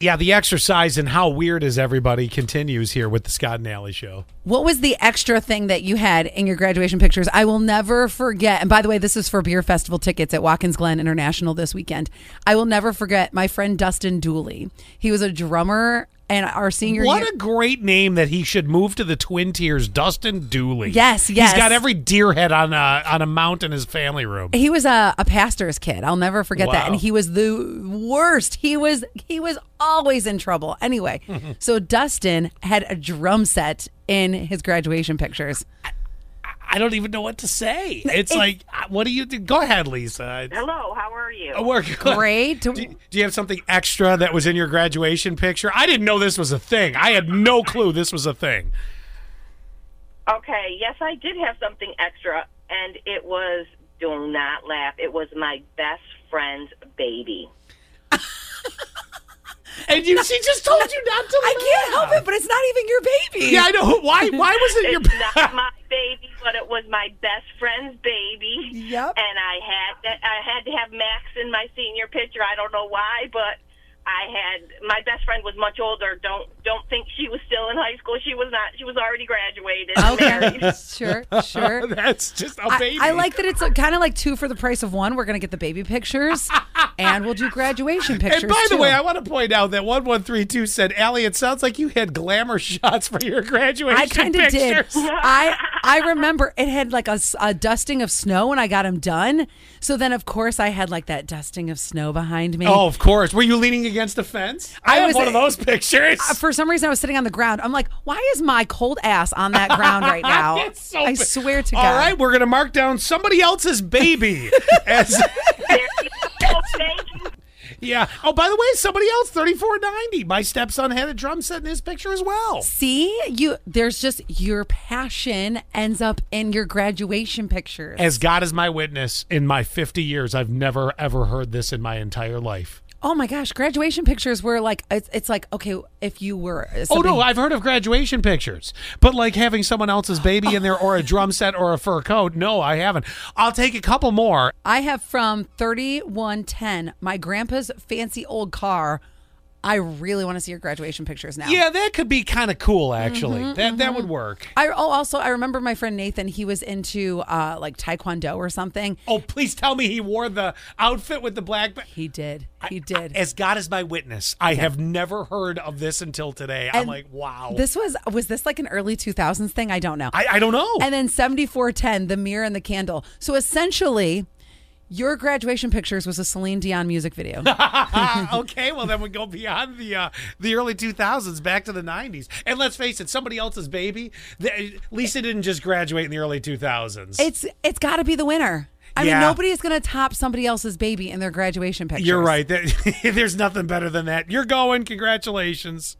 Yeah, the exercise and how weird is everybody continues here with the Scott and Alley show. What was the extra thing that you had in your graduation pictures? I will never forget. And by the way, this is for beer festival tickets at Watkins Glen International this weekend. I will never forget my friend Dustin Dooley. He was a drummer and our senior What year. a great name that he should move to the Twin Tiers, Dustin Dooley. Yes, yes. He's got every deer head on a on a mount in his family room. he was a, a pastor's kid. I'll never forget that. Wow. And he was the worst. He was he was always in trouble. Anyway, so Dustin had a drum set in his graduation pictures. I don't even know what to say. It's like, uh, what do you do? Go ahead, Lisa. Hello, how are you? Uh, We're good. Great. Do, do you have something extra that was in your graduation picture? I didn't know this was a thing. I had no clue this was a thing. Okay, yes, I did have something extra, and it was do not laugh. It was my best friend's baby. And you, she just told you not to. I can't laugh. help it, but it's not even your baby. Yeah, I know. Why? Why was it your? It's not my baby, but it was my best friend's baby. Yep. And I had that. I had to have Max in my senior picture. I don't know why, but I had my best friend was much older. Don't don't think she was still in high school. She was not. She was already graduated. and married. Okay. sure, sure. That's just a I, baby. I like that it's kind of like two for the price of one. We're going to get the baby pictures and we'll do graduation pictures. And by the too. way, I want to point out that one one three two said, "Allie, it sounds like you had glamour shots for your graduation I kind of did. pictures." I I remember it had like a, s- a dusting of snow and I got them done. So then, of course, I had like that dusting of snow behind me. Oh, of course. Were you leaning against a fence? I, I have was- Uh, one of those pictures. For some reason, I was sitting on the ground. I'm like, why is my cold ass on that ground right now? It's so I ba- swear to All God. right, we're gonna mark down somebody else's baby. as There you go. Thank you. yeah. Oh, by the way, somebody else, thirty four ninety. My stepson had a drum set in his picture as well. See, you there's just your passion ends up in your graduation pictures. As God is my witness, in my fifty years, I've never ever heard this in my entire life. Oh my gosh, graduation pictures were like it's, it's like okay, if you were Oh something- no, I've heard of graduation pictures, but like having someone else's baby in there or a drum set or a fur coat, no, I haven't. I'll take a couple more. I have from 3110 my grandpa's fancy old car. I really want to see your graduation pictures now. Yeah, that could be kind of cool actually. Mm-hmm, that that would work. I oh also I remember my friend Nathan, he was into uh like taekwondo or something. Oh, please tell me he wore the outfit with the black. Ba- He did. He did. As God is my witness, I have never heard of this until today. I'm And like, wow. This was was this like an early 2000s thing? I don't know. I, I don't know. and then 7410 the mirror and the candle so essentially your graduation pictures was a celine dion music video okay, well then we go beyond the uh, the early 2000s back to the 90s. And let's face it, somebody else's baby. Th- Lisa didn't just graduate in the early 2000s. it's it's got to be the winner i Yeah. mean nobody is going to top somebody else's baby in their graduation pictures You're right. There- There's nothing better than that. You're going. Congratulations.